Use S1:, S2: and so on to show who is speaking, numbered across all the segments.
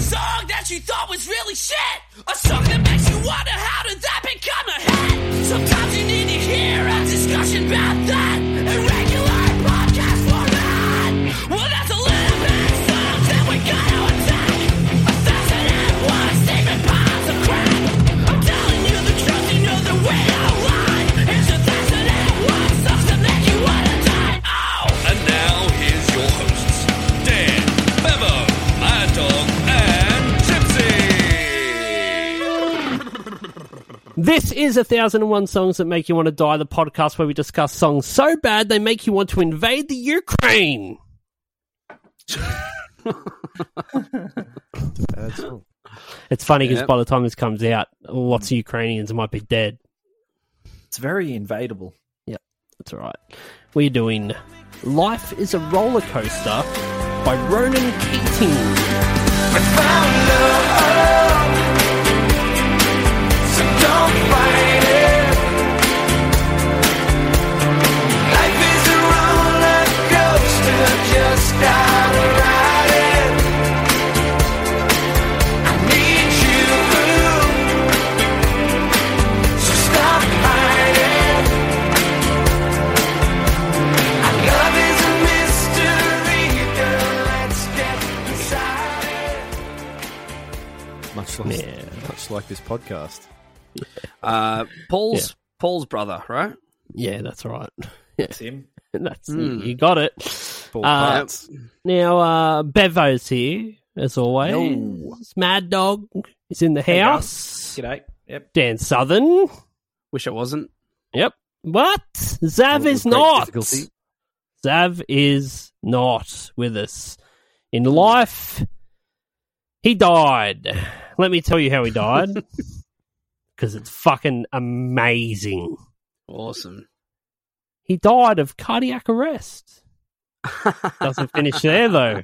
S1: that you thought was really shit. A song that makes you wonder how did that become a hit? Sometimes you need to hear a discussion about that. A regular podcast format. Well, that's a little bit of songs that we gotta attack. A thousand and one statement piles of crap. I'm telling you the truth, you know that we are lying. Here's a thousand and one songs that make you wanna die. Oh!
S2: And now here's your hosts, Dan, Bevo, Mad Dog, and Gypsy.
S3: This is a thousand and one songs that make you want to die. The podcast where we discuss songs so bad they make you want to invade the Ukraine. It's funny because
S2: Yep.
S3: by the time this comes out, lots of Ukrainians might be dead.
S4: It's very invadable.
S3: That's all right. We're doing "Life Is a Roller Coaster" by Ronan Keating.
S2: Much like,
S3: Yeah.
S2: much like this podcast. Uh, Paul's Paul's brother, right?
S3: Yeah, that's right. Yeah,
S4: Tim,
S3: that's you got it.
S2: Paul
S3: Uh,
S2: Potts.
S3: Now, uh, Bevo's here as always. Mad Dog is in the house.
S4: g'day. Yep.
S3: Dan Southern.
S2: Wish it wasn't.
S3: Yep. What? Zav
S2: with
S3: is
S2: great
S3: not.
S2: difficulty.
S3: Zav is not with us. In life, he died. Let me tell you how he died. Because it's fucking amazing.
S2: Awesome.
S3: He died of cardiac arrest. Doesn't finish there, though.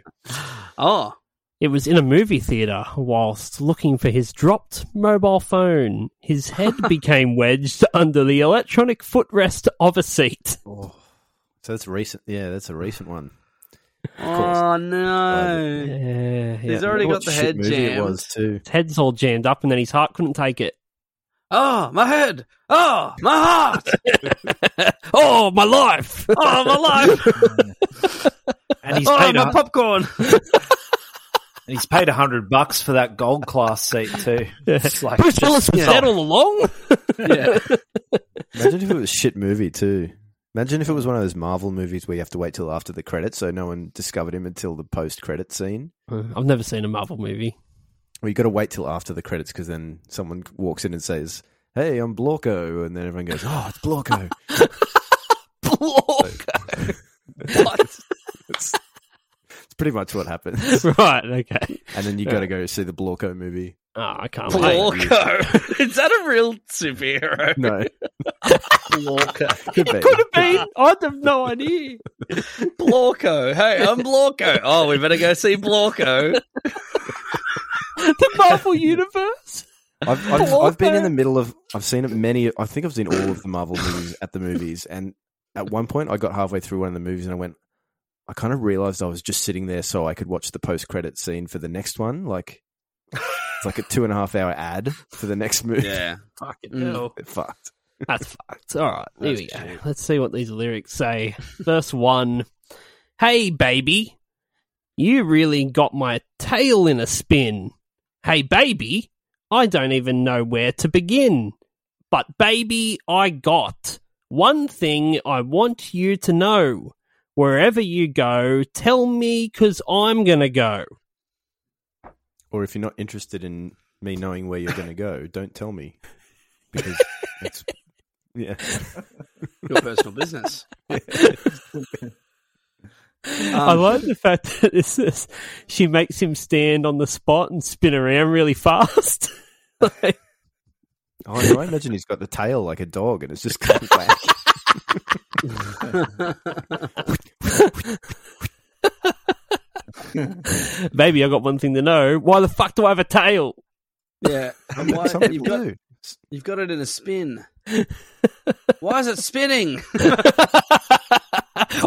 S2: Oh,
S3: It was in a movie theater whilst looking for his dropped mobile phone. His head became wedged under the electronic footrest of a seat.
S5: Oh, So that's recent. Yeah, that's a recent one.
S2: oh no.
S3: Yeah,
S2: He's
S3: yeah.
S2: already
S5: What
S2: got the
S5: shit
S2: head
S5: movie
S2: jammed.
S5: It was too.
S3: His head's all jammed up, and then his heart couldn't take it.
S2: Oh, my head. Oh, my heart.
S3: oh, my life!
S2: Oh, my life.
S4: And he's
S2: Oh,
S4: paid.
S2: my
S4: A,
S2: popcorn.
S4: and he's paid a hundred bucks for that gold class seat too. It's like
S3: Bruce
S4: just-
S3: Willis was
S4: yeah.
S3: dead all along.
S2: yeah.
S5: Imagine if it was a shit movie too. Imagine if it was one of those Marvel movies where you have to wait till after the credits, so no one discovered him until the post-credit scene.
S3: I've never seen a Marvel movie.
S5: Well, you got to wait till after the credits because then someone walks in and says, "Hey, I'm Blorko," and then everyone goes, "Oh, it's Blorko."
S3: Blorko. what?
S5: it's pretty much what happens.
S3: right. Okay.
S5: And then you got to go see the Blorko movie.
S3: Oh, I can't wait.
S2: Blorko. Is that a real superhero?
S5: No,
S2: Blorko.
S5: could be.
S3: Could have been. I have no idea.
S2: Blorko. Hey, I'm Blorko. Oh, we better go see Blorko.
S3: the Marvel universe.
S5: I've, I've, I've been in
S3: Blorko.
S5: the middle of. I've seen it many. I think I've seen all of the Marvel movies at the movies. And at one point, I got halfway through one of the movies and I went, I kind of realized I was just sitting there so I could watch the post credit scene for the next one. Like, it's like a two and a half hour ad for the next movie.
S2: Yeah.
S3: Fucking
S2: Mm.
S3: hell.
S5: Fucked.
S3: That's fucked. All right, here
S2: That's
S3: we go.
S2: cute.
S3: Let's see what these lyrics say. Verse one: Hey, baby, you really got my tail in a spin. Hey, baby, I don't even know where to begin. But baby, I got one thing I want you to know. Wherever you go, tell me, cause I'm gonna go.
S5: Or if you're not interested in me knowing where you're going to go, don't tell me. Because it's. Yeah.
S2: Your personal business.
S3: I like the fact that it says she makes him stand on the spot and spin around really fast. Like,
S5: Oh, no, I imagine he's got the tail like a dog and it's just coming back.
S3: Baby, I got one thing to know. Why the fuck do I have a tail?
S2: Yeah. Why,
S5: Some
S2: you've,
S5: people
S2: got,
S5: do.
S2: you've got it in a spin. Why is it spinning?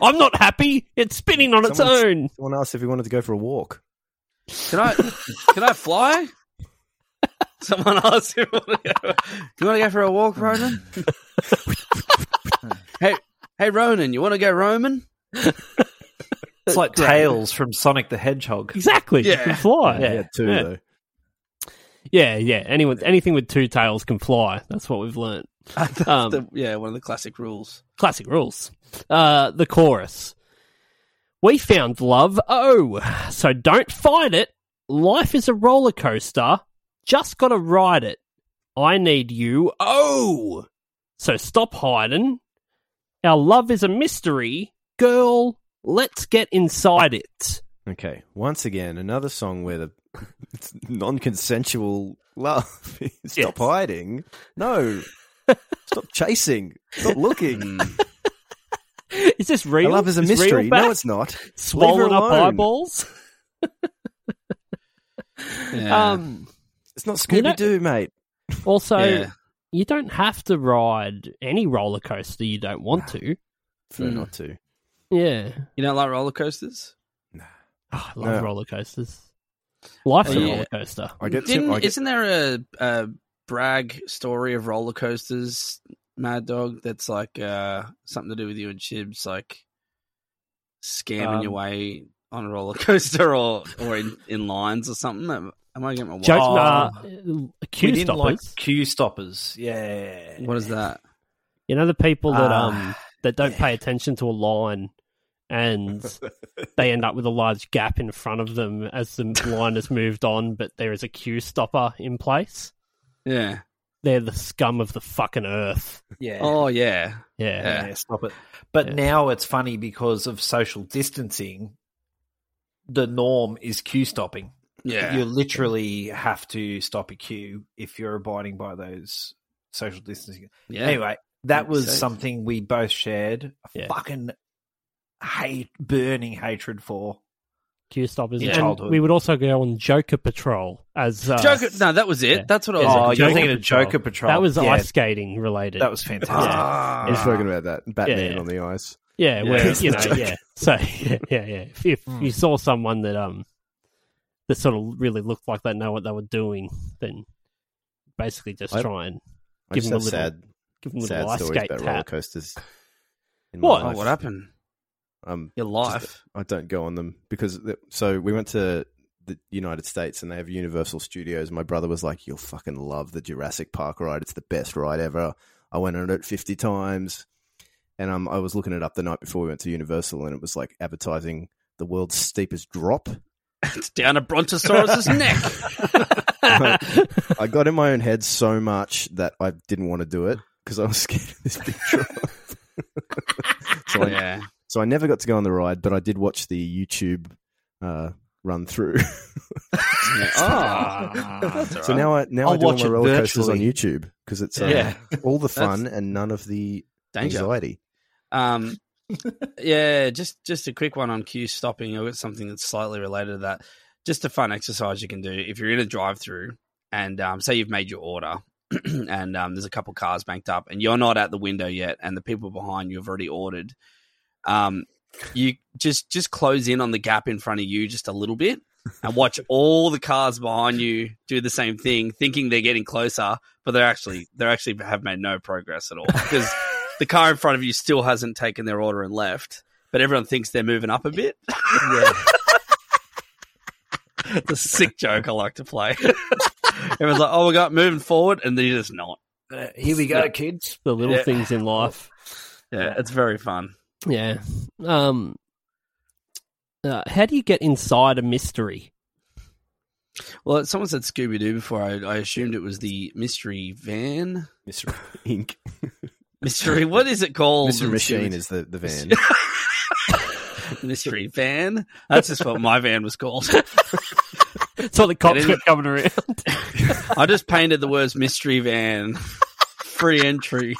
S3: I'm not happy. It's spinning on its
S5: Someone's-
S3: own.
S5: Someone asked if he wanted to go for a walk.
S2: Can I can I fly?
S6: Someone asked him, "Do you want to go for a walk, Ronan?" hey, hey, Ronan, you want to go Roman?
S4: It's like Tails from Sonic the Hedgehog.
S3: Exactly. You can
S6: Yeah.
S3: fly.
S5: Yeah, two
S3: Yeah.
S5: though.
S3: Yeah, yeah. Anyone, anything with two tails can fly. That's what we've learnt.
S6: That's
S3: Um,
S6: the- yeah, one of the classic rules.
S3: Classic rules. Uh, the chorus. We found love. Oh, so don't fight it. Life is a roller coaster. Just gotta ride it. I need you. Oh, so stop hiding. Our love is a mystery, girl. Let's get inside it.
S5: Okay, once again, another song where the it's non-consensual love. Stop
S3: Yes.
S5: hiding. No, stop chasing. Stop looking.
S3: Is this real?
S5: Our love is a
S3: real
S5: mystery.
S3: back?
S5: No, it's not. Leave
S3: swollen
S5: her
S3: up
S5: alone.
S3: eyeballs.
S6: Yeah.
S3: Um,
S5: It's not
S3: You know-
S5: Scooby Doo, mate.
S3: also,
S6: Yeah.
S3: you don't have to ride any roller coaster you don't want to.
S5: Prefer
S6: Mm.
S3: Hmm.
S5: not to.
S3: Yeah,
S6: you don't like roller coasters?
S3: Oh, I love
S5: No.
S3: roller coasters. Life's a
S6: Yeah.
S3: roller coaster.
S5: I get.
S6: Didn't,
S5: Tim, I get
S6: Isn't there a, a brag story of roller coasters, Mad Dog? That's like uh, something to do with you and Chibs, like scamming
S3: Um,
S6: your way on a roller coaster or or in, in lines or something. Am, am I getting my
S3: Joke,
S4: Oh.
S3: nah, uh,
S4: We
S3: queue
S4: didn't
S3: stoppers.
S4: like queue stoppers. Yeah.
S6: What is that?
S3: You know the people that
S4: Ah.
S3: um that don't pay attention to a line, and they end up with a large gap in front of them as the line has moved on, but there is a queue stopper in place.
S6: Yeah.
S3: They're the scum of the fucking earth.
S4: Yeah.
S6: Oh yeah.
S3: Yeah.
S4: yeah. Stop it. But
S3: Yeah.
S4: now it's funny because of social distancing. The norm is queue stopping.
S6: Yeah.
S4: You literally have to stop a queue if you're abiding by those social distancing.
S6: yeah.
S4: Anyway, that
S6: Makes
S4: was
S6: sense.
S4: something we both shared. a
S3: Yeah.
S4: Fucking hate, burning hatred for.
S3: Queue stoppers.
S4: In
S3: and
S4: childhood.
S3: we would also go on Joker Patrol as uh,
S6: Joker. No, that was it.
S3: yeah.
S6: That's what I
S3: Yeah,
S6: was.
S3: like
S4: oh,
S6: like,
S4: you're
S3: Joker
S4: thinking of
S3: Patrol.
S4: Joker Patrol.
S3: that was
S4: yeah,
S3: ice skating related.
S4: That was fantastic.
S3: Yeah.
S5: We've spoken about that. Batman
S3: Ah. yeah.
S5: on the ice.
S3: Yeah,
S6: Yeah.
S3: where
S6: It's
S3: you know,
S5: the joke.
S3: yeah. So yeah, yeah, yeah. If, if
S6: Hmm.
S3: you saw someone that um that sort of really looked like they know what they were doing, then basically just
S5: I-
S3: try and
S5: I
S3: Give
S5: just
S3: him a
S5: have
S3: little
S5: sad,
S3: give them a
S5: sad
S3: little ice
S5: stories
S3: skate
S5: about roller
S3: tap.
S5: coasters. in
S3: What?
S5: my
S6: oh,
S5: life.
S6: what happened?
S5: Um,
S6: Your life.
S5: I don't go on them because the- so we went to the United States and they have Universal Studios. My brother was like, "You'll fucking love the Jurassic Park ride. It's the best ride ever." I went on it fifty times, and um, I was looking it up the night before we went to Universal, and it was like advertising the world's steepest drop.
S6: It's down a brontosaurus's neck.
S5: I got in my own head so much that I didn't want to do it because I was scared of this big drop. so, I,
S6: Yeah.
S5: so I never got to go on the ride, but I did watch the YouTube uh, run through.
S6: Ah, that's all
S5: So
S6: right.
S5: now I now
S4: I'll
S5: I do all
S4: watch
S5: my
S4: it
S5: roller coasters on
S4: virtually.
S5: YouTube because it's uh,
S6: yeah,
S5: all the fun and none of the
S6: danger.
S5: anxiety.
S6: Um, yeah, just just a quick one on queue stopping. I've got something that's slightly related to that. Just a fun exercise you can do if you're in a drive-through and um, say you've made your order and um, there's a couple cars banked up and you're not at the window yet and the people behind you have already ordered. Um, you just just close in on the gap in front of you just a little bit and watch all the cars behind you do the same thing, thinking they're getting closer, but they're actually they're actually have made no progress at all because the car in front of you still hasn't taken their order and left, but everyone thinks they're moving up a bit. it's a sick joke I like to play. Everyone's like, "Oh, we got moving forward," and they're just not.
S4: Uh, here we go, kids.
S3: The little
S6: Yeah.
S3: things in life.
S6: Yeah, it's very fun.
S3: Yeah. Um uh, how do you get inside a mystery?
S6: Well, someone said Scooby Doo before. I, I assumed it was the mystery van.
S5: Mr. Ink,
S6: Mystery, what is it called?
S5: Mr.
S6: in
S5: Machine
S6: Scooby-
S5: is the, the van.
S6: mystery van. That's just what my van was called.
S3: So the cops
S6: is-
S3: were coming around.
S6: I just painted the words mystery van. Free entry.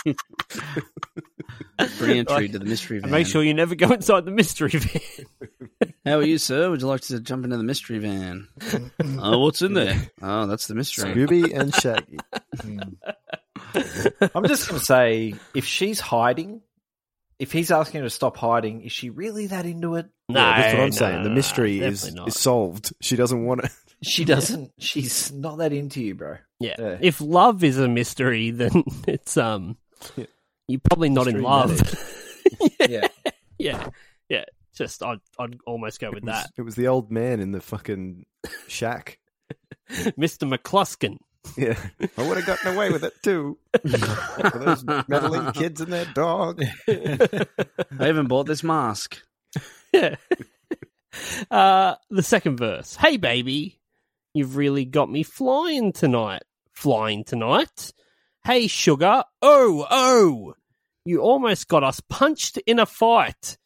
S6: Free entry to the mystery van.
S3: And make sure you never go inside the mystery van.
S6: How are you, sir? Would you like to jump into the mystery van? oh, what's in there? Oh, that's the mystery.
S5: Scooby and Shaggy.
S4: I'm just going to say if she's hiding, if he's asking her to stop hiding, is she really that into it?
S3: No,
S5: yeah, that's what I'm
S3: no,
S5: saying.
S3: no,
S5: the
S3: no,
S5: mystery
S3: definitely
S5: is,
S3: not.
S5: is solved. She doesn't want it.
S7: She doesn't. She's not that into you, bro.
S3: Yeah.
S7: Yeah.
S3: If love is a mystery, then it's um,
S5: Yeah.
S3: you're probably not in
S5: Mystery
S3: love.
S7: Yeah.
S3: yeah, yeah. Just I'd I'd almost go with
S5: It was-
S3: that,
S5: It was the old man in the fucking shack.
S3: Mister McCluskey.
S5: Yeah. I would have gotten away with it too. For those meddling kids and their dog.
S6: I even bought this mask.
S3: Yeah. uh, the second verse. Hey, baby, you've really got me flying tonight. Flying tonight. Hey, sugar. Oh, oh. You almost got us punched in a fight.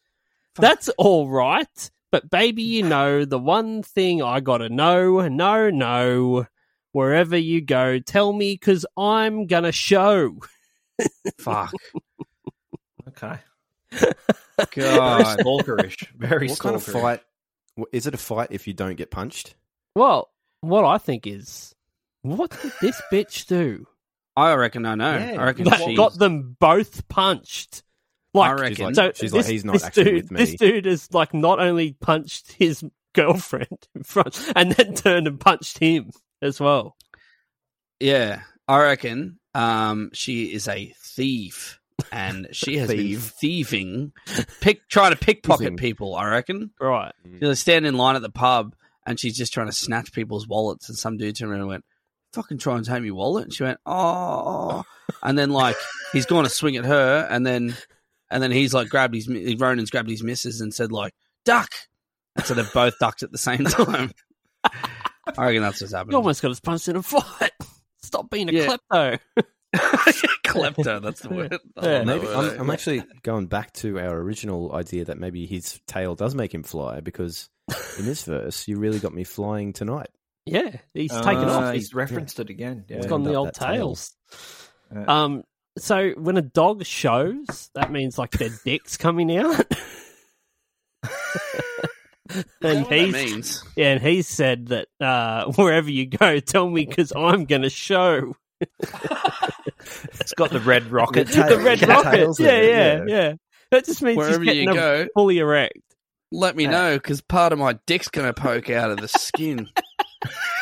S3: That's all right. But, baby, you know, the one thing I gotta know, no, no. Wherever you go, tell me, cause I'm gonna show.
S6: Fuck.
S4: Okay.
S6: God.
S7: Very stalkerish. Very
S5: What kind of
S7: stalkerish.
S5: fight? wh- Is it a fight if you don't get punched?
S3: Well, what I think is, what did this bitch do?
S6: I reckon I know.
S7: Yeah.
S6: I reckon
S3: that
S6: she
S3: got them both punched. Like,
S6: I reckon.
S5: She's like,
S3: so
S5: she's
S3: this,
S5: like he's not
S3: this
S5: actually
S3: dude,
S5: with me.
S3: This dude has like not only punched his girlfriend in front, and then turned and punched him as well.
S6: Yeah, I reckon um, she is a thief, and she has been
S5: Thief.
S6: thieving, pick trying to pickpocket
S5: Thieving.
S6: people. I reckon
S3: Right?
S6: she'll stand in line at the pub, and she's just trying to snatch people's wallets. And some dude turned around and went, "Fucking try and take my wallet." And she went, "Oh," and then like he's going to swing at her, and then and then he's like grabbed his mi- Ronan's grabbed his missus and said like, "Duck," and so they both ducked at the same time. I reckon that's what's happened.
S3: You almost got us punched in a fight. Stop being a
S6: Yeah.
S3: klepto.
S6: Klepto, that's the word. I love
S5: Maybe
S6: that word.
S5: I'm, I'm actually going back to our original idea that maybe his tail does make him fly because in this verse, you really got me flying tonight.
S3: Yeah, he's
S7: Uh,
S3: taken off.
S7: He's referenced it again. Yeah.
S3: It's
S5: Yeah.
S3: gone the
S5: Up
S3: old
S5: that tail. Uh,
S3: tails.
S7: Yeah.
S3: Um, so when a dog shows, that means like their dick's coming out. and
S6: What that
S3: he's
S6: means.
S3: yeah, and he said that uh, wherever you go, tell me because I'm going to show
S4: It's got the red rocket.
S3: the red rocket.
S5: tails
S3: Yeah,
S5: there,
S3: yeah, yeah, That just means
S6: Wherever
S3: he's
S6: you
S3: getting a
S6: go,
S3: fully erect.
S6: let me know because part of my dick's going to poke out of the skin.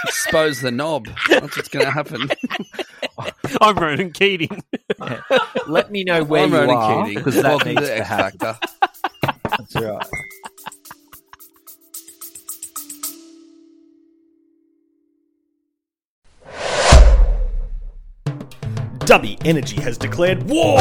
S6: Expose the knob. That's what's going to happen.
S3: I'm Ronan Keating.
S7: Let me know where
S6: I'm
S7: you
S6: only
S7: are
S6: kidding.
S7: because that
S6: Welcome to
S7: needs
S6: the
S7: to
S6: X
S7: happen.
S6: Factor.
S7: That's right.
S8: W Energy has declared war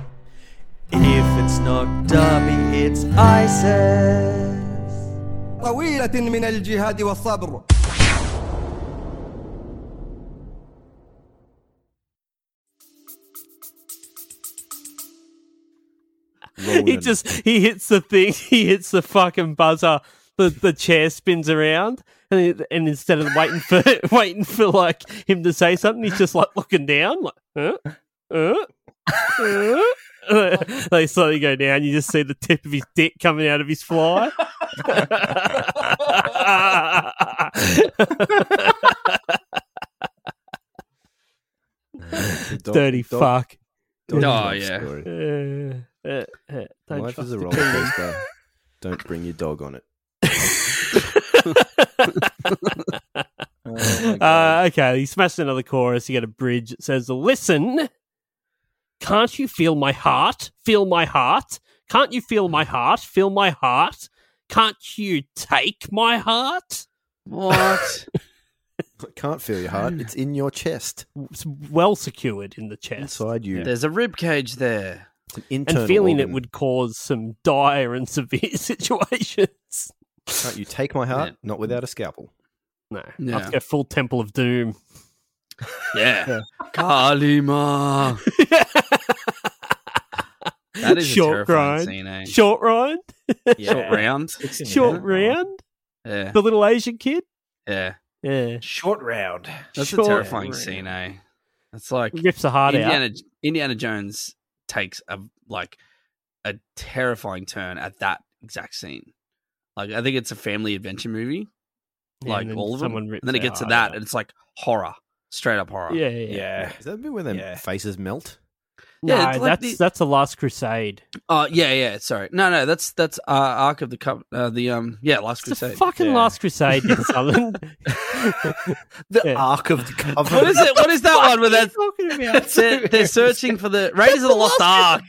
S8: if it's not Derby, it's ISIS.
S9: طويلة من الجهاد والصبر
S3: he just he hits the thing. He hits the fucking buzzer. The the chair spins around, and it- and instead of waiting for waiting for like him to say something, he's just like looking down, like "Uh, huh, huh, huh. uh." they slowly go down. You just see the tip of his dick coming out of his fly. Dirty fuck.
S6: Oh, yeah.
S3: Uh, uh, uh, don't
S5: Life
S3: trust
S5: is a
S3: the
S5: roller
S3: king.
S5: coaster. Don't bring your dog on it.
S7: Oh my God.
S3: Uh, okay, he smashed another chorus. You get a bridge. It says, Listen, can't you feel my heart? Feel my heart? Can't you feel my heart? Feel my heart? Can't you take my heart?
S6: What?
S5: I can't feel your heart. It's in your chest,
S3: It's well secured in the chest.
S5: inside you.
S6: There's a rib cage there.
S5: It's an
S3: and
S5: internal
S3: feeling it
S5: organ.
S3: would cause some dire and severe situations.
S5: Can't you take my heart? Not without a scalpel.
S3: No,
S6: Yeah.
S3: I have to go full Temple of Doom.
S6: Yeah. Kalima. That is
S3: Short
S6: a terrifying
S3: grind.
S6: scene, eh?
S3: Short round,
S6: Short round.
S7: It's in
S3: short
S7: there.
S3: round.
S6: Yeah.
S3: The little Asian kid.
S6: Yeah.
S3: Yeah.
S4: Short round.
S6: That's
S3: Sure.
S6: a terrifying scene, eh? That's like
S3: Rips the heart out.
S6: Indiana Indiana Jones takes a like a terrifying turn at that exact scene. Like I think it's a family adventure movie,
S3: Yeah,
S6: like
S3: and then
S6: all of them.
S3: someone
S6: And
S3: rips
S6: then it
S3: their
S6: gets to
S3: heart
S6: that,
S3: out.
S6: and it's like horror, straight up horror.
S3: Yeah, yeah. yeah.
S4: Yeah.
S5: Is that the bit where their
S4: Yeah.
S5: faces melt?
S3: No,
S6: Yeah, it's like
S3: that's
S6: the-
S3: that's the Last Crusade.
S6: Uh, yeah, yeah. Sorry, no, no. That's that's uh, Ark of the Cup. Uh, the um, yeah, Last
S3: It's a
S6: Crusade.
S3: fucking
S4: Yeah.
S3: Last Crusade, Nick Sutherland.
S6: The-
S3: Yeah.
S4: Arc of the
S6: What
S4: Covenant.
S6: is it? What is that one? Where
S3: What are you talking
S6: that's
S3: about?
S6: they're, they're searching for the Raiders of the Lost Ark.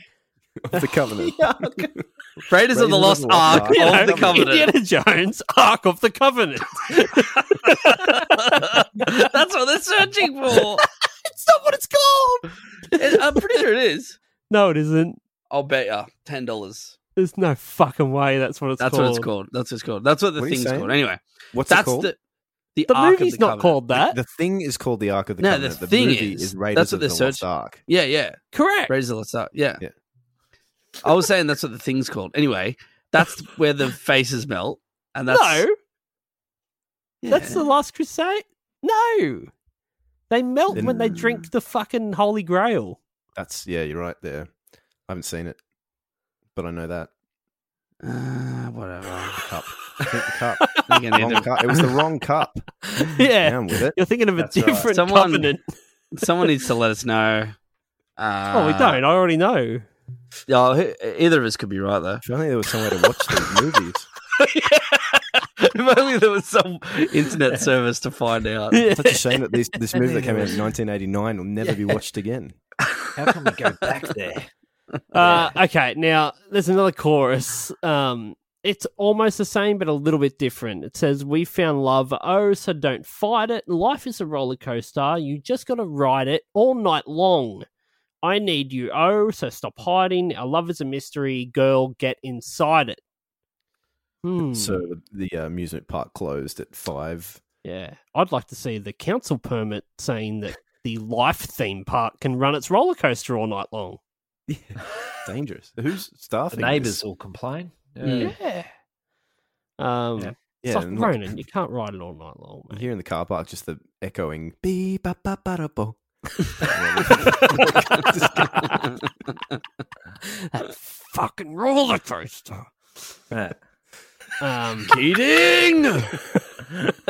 S5: Of the Covenant.
S6: Raiders of the Lost Ark
S5: You
S6: of the Covenant.
S3: Indiana Jones, Ark of the Covenant.
S6: That's what they're searching for. it's not what it's called. I'm pretty sure it is.
S3: No, it isn't.
S6: I'll bet you ten dollars.
S3: There's no fucking way that's what it's
S6: That's
S3: called.
S6: what it's called. That's what it's called. That's what the
S5: What are you
S6: thing's
S5: saying?
S6: called. Anyway,
S5: What's it
S6: that's
S5: called?
S6: the the,
S3: The
S6: Ark of
S3: movie's
S6: the
S3: not
S6: Covenant.
S3: called that.
S5: The thing is called the Ark of the
S6: No, the
S5: Covenant. The,
S6: thing
S5: movie
S6: is-
S5: is,
S6: that's
S5: Raiders
S6: what
S5: of the
S6: they're
S5: Lost
S6: searching-
S5: Ark.
S6: Yeah, yeah.
S3: Correct.
S6: Raiders of the Lost Ark. Yeah.
S5: Yeah.
S6: I was saying that's what the thing's called. Anyway, that's where the faces melt, and that's
S3: no,
S6: Yeah.
S3: that's the Last Crusade. No, they melt
S5: Then-
S3: when they drink the fucking Holy Grail.
S5: That's yeah, you're right there. I haven't seen it, but I know that
S6: uh, whatever.
S5: cup. I think the cup.
S6: You're gonna need
S5: Wrong
S6: to-
S5: cup. It was the wrong cup.
S3: yeah,
S5: Down with it.
S3: you're thinking of a
S4: That's right.
S3: different
S6: Someone-
S3: covenant.
S6: Someone needs to let us know. Uh,
S3: oh, we don't. I already know.
S6: Oh, who- either of us could be right though.
S5: If only there was somewhere to watch these movies.
S6: if only there was some internet service to find out.
S3: Yeah.
S5: Such a shame that this this movie that came out in 1989 will never be watched again.
S4: How can we go back there?
S3: Uh, okay, now there's another chorus. Um, it's almost the same, but a little bit different. It says, "We found love, oh, so don't fight it. Life is a roller coaster. You just gotta ride it all night long. I need you, oh, so stop hiding. Our love is a mystery. Girl, get inside it." Hmm.
S5: So the, the uh, amusement park closed at five.
S3: yeah, I'd like to see the council permit saying that the life theme park can run its roller coaster all night long.
S5: Dangerous. Who's staffing?
S4: The neighbours
S5: this?
S4: will complain. Mm.
S6: Mm.
S3: Yeah. Um,
S5: Yeah,
S3: it's like
S5: and look,
S3: Ronan, you can't ride it all night long.
S5: you
S3: Mate.
S5: hear in the car park just the echoing beep ba ba ba da bo.
S3: That fucking roller coaster.
S4: Yeah.
S3: Um,
S6: Keating.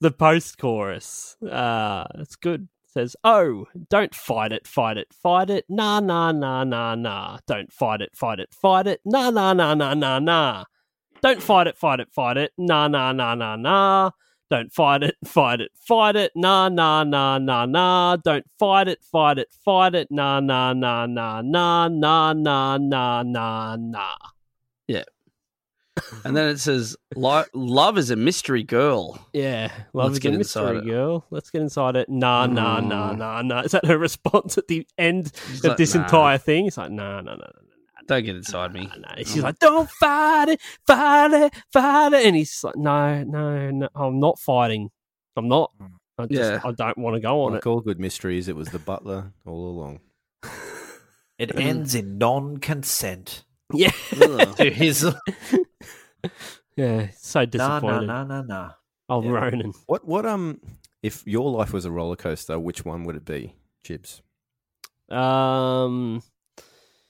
S3: the post chorus. Uh, it's good. It says, "Oh, don't fight it, fight it, fight it. Nah, nah, nah, nah, nah. Don't fight it, fight it, fight it. Nah, nah, nah, nah, nah, nah. Don't fight it, fight it, fight it. Nah, nah, nah, nah, nah." Don't fight it, fight it, fight it. Nah, nah, nah, nah, nah. Don't fight it, fight it, fight it. Nah, nah, nah, nah, nah, nah, nah, nah, nah, nah.
S6: And then it says, "Lo- "Love is a mystery girl."
S3: Yeah, love
S6: Let's
S3: is
S6: get
S3: a mystery
S6: inside it.
S3: girl. Let's get inside it. Nah, nah, nah,
S6: Mm.
S3: nah, nah. Is that her response at the end
S6: She's
S3: of
S6: like,
S3: this
S6: "Nah,
S3: entire thing? It's like, nah, nah, nah, nah,
S6: Don't get inside me.
S3: nah, nah. She's like, don't fight it, fight it, fight it. And he's like, no, no, no, I'm not fighting. I'm not. I just,
S6: Mm. Yeah.
S3: I don't want to go on
S5: Like all good mysteries, it was the butler all along.
S4: It ends in
S3: it.
S4: non-consent.
S3: Yeah,
S4: To his
S3: yeah. So
S4: no, no,
S3: disappointed.
S4: no, no, no.
S3: Oh, Ronan.
S5: What what um if your life was a roller coaster, which one would it be? Jibs.
S3: Um.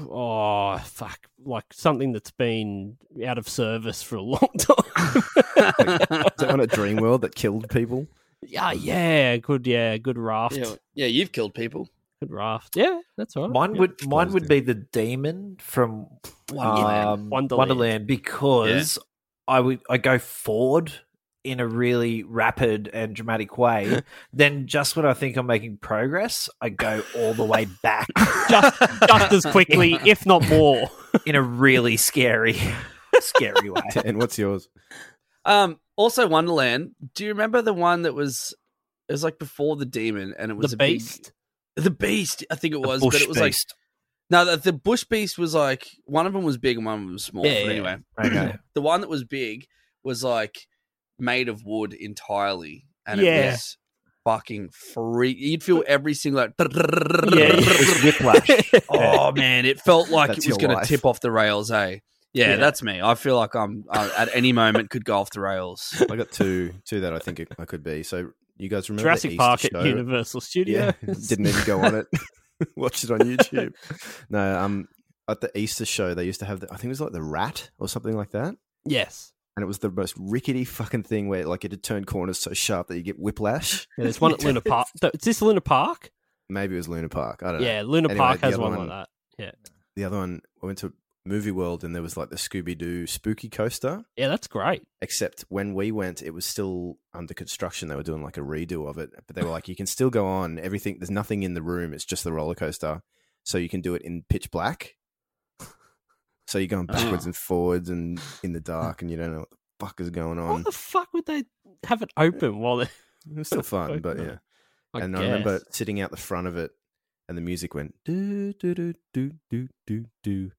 S3: Oh fuck! Like something that's been out of service for a long time.
S5: Is that one at Dreamworld that killed people?
S3: Yeah, yeah, good, yeah, good raft,
S6: Yeah, yeah, you've killed people.
S3: good raft. Yeah, that's all right.
S4: Mine would mine
S5: closed
S4: would
S5: it.
S4: be the demon from
S6: Wonderland.
S4: um,
S3: Wonderland.
S4: Wonderland. because I would I go forward in a really rapid and dramatic way. then just when I think I'm making progress, I go all the way back
S3: Just, just as quickly, if not more.
S4: in a really scary, scary way.
S5: And what's yours?
S6: Um, also Wonderland. Do you remember the one that was? It was like before the demon, and it was
S3: the
S6: a big-
S3: beast.
S6: the beast. I think it was, but
S4: bush
S6: it was like
S4: beast.
S6: no, the, the bush beast was like one of them was big and one of them was small.
S3: Yeah,
S6: but
S3: yeah.
S6: anyway,
S4: Okay.
S6: the one that was big was like made of wood entirely, and
S3: Yeah.
S6: it was fucking freak. You'd feel every single like,
S3: yeah.
S4: It was whiplash.
S6: oh man, it felt like
S5: That's
S6: it was
S5: your
S6: going to
S5: life.
S6: tip off the rails. eh? Yeah, that's me. I feel like I'm I, at any moment could go off the rails.
S5: I got two two that I think it, I could be. So you guys remember
S3: Jurassic
S5: the Easter
S3: Park
S5: show?
S3: at Universal Studios.
S5: Yeah, didn't even go on it. Watch it on YouTube. no, um, at the Easter show they used to have. The, I think it was like the rat or something like that,
S3: yes.
S5: and it was the most rickety fucking thing where like it had turned corners so sharp that you get whiplash.
S3: Yeah, there's one at Luna Park. Th- Is this Luna Park?
S5: Maybe it was Luna Park. I don't know.
S3: Yeah, Luna
S5: Uh, Anyway,
S3: Park
S5: the
S3: has
S5: other
S3: one, like
S5: one-
S3: that. Yeah.
S5: The other one, I went to Movie World and there was like the Scooby Doo spooky coaster.
S3: Yeah, that's great.
S5: except when we went it was still under construction they were doing like a redo of it but they were like you can still go on everything there's nothing in the room it's just the roller coaster so you can do it in pitch black so you're going backwards and forwards and in the dark and you don't know what the fuck is going on
S3: What the fuck would they have it open while they
S5: it was still fun but yeah
S3: I
S5: and
S3: guess.
S5: i remember sitting out the front of it and the music went do do do do do do do